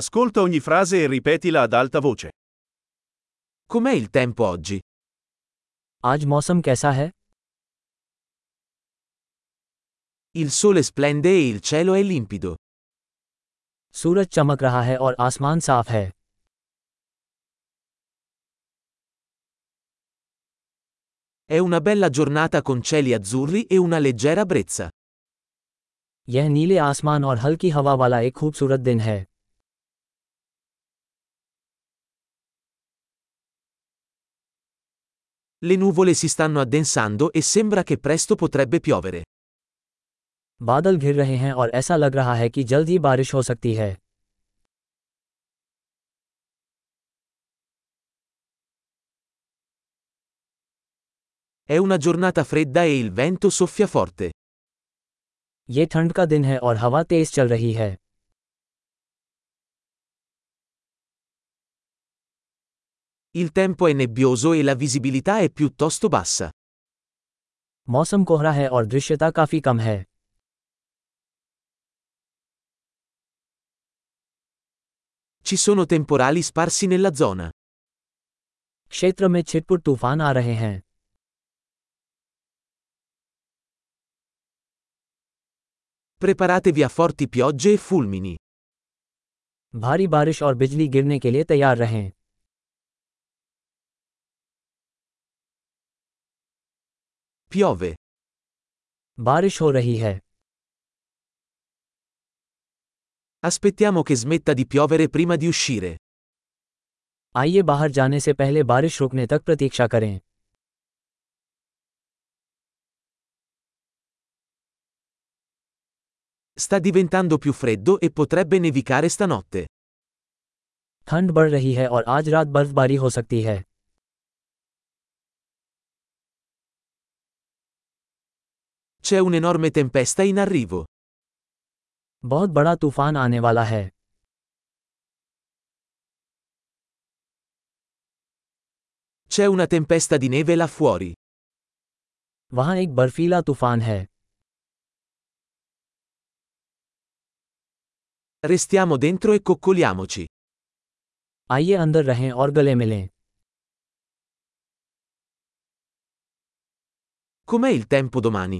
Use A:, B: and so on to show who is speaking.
A: Ascolta ogni frase e ripetila ad alta voce.
B: Com'è il tempo oggi?
C: आज मौसम कैसा है
B: Il sole splende e il cielo è limpido.
C: सूरज चमक रहा है और आसमान साफ है
B: È una bella giornata con cieli azzurri e una leggera brezza.
C: यह नीले आसमान और हल्की हवा वाला एक खूबसूरत दिन है
B: Le nuvole si stanno addensando e sembra che presto potrebbe piovere.
C: बादल घिर रहे हैं और ऐसा लग रहा है कि जल्द ही बारिश हो सकती है
B: È una giornata fredda e il vento soffia forte.
C: ये ठंड का दिन है और हवा तेज चल रही है
B: Il tempo è nebbioso e la visibilità è piuttosto bassa.
C: मौसम कोहरा है और दृश्यता काफ़ी कम है
B: Ci sono temporali sparsi nella zona.
C: क्षेत्र में छिटपुट तूफान आ रहे हैं
B: Preparatevi a forti piogge e fulmini.
C: भारी बारिश और बिजली गिरने के लिए तैयार रहें
B: Piove.
C: बारिश हो रही है
B: Aspettiamo che smetta di piovere prima di uscire.
C: आइए बाहर जाने से पहले बारिश रुकने तक प्रतीक्षा करें
B: Sta diventando più freddo e potrebbe nevicare stanotte.
C: ठंड बढ़ रही है और आज रात बर्फबारी हो सकती है
B: C'è un'enorme tempesta in arrivo.
C: बहुत बड़ा तूफान आने वाला है
B: C'è una tempesta di neve là fuori.
C: वहाँ एक बर्फीला तूफान है
B: Restiamo dentro e coccoliamoci.
C: आइए अंदर रहें और गले मिलें
B: Com'è il tempo domani?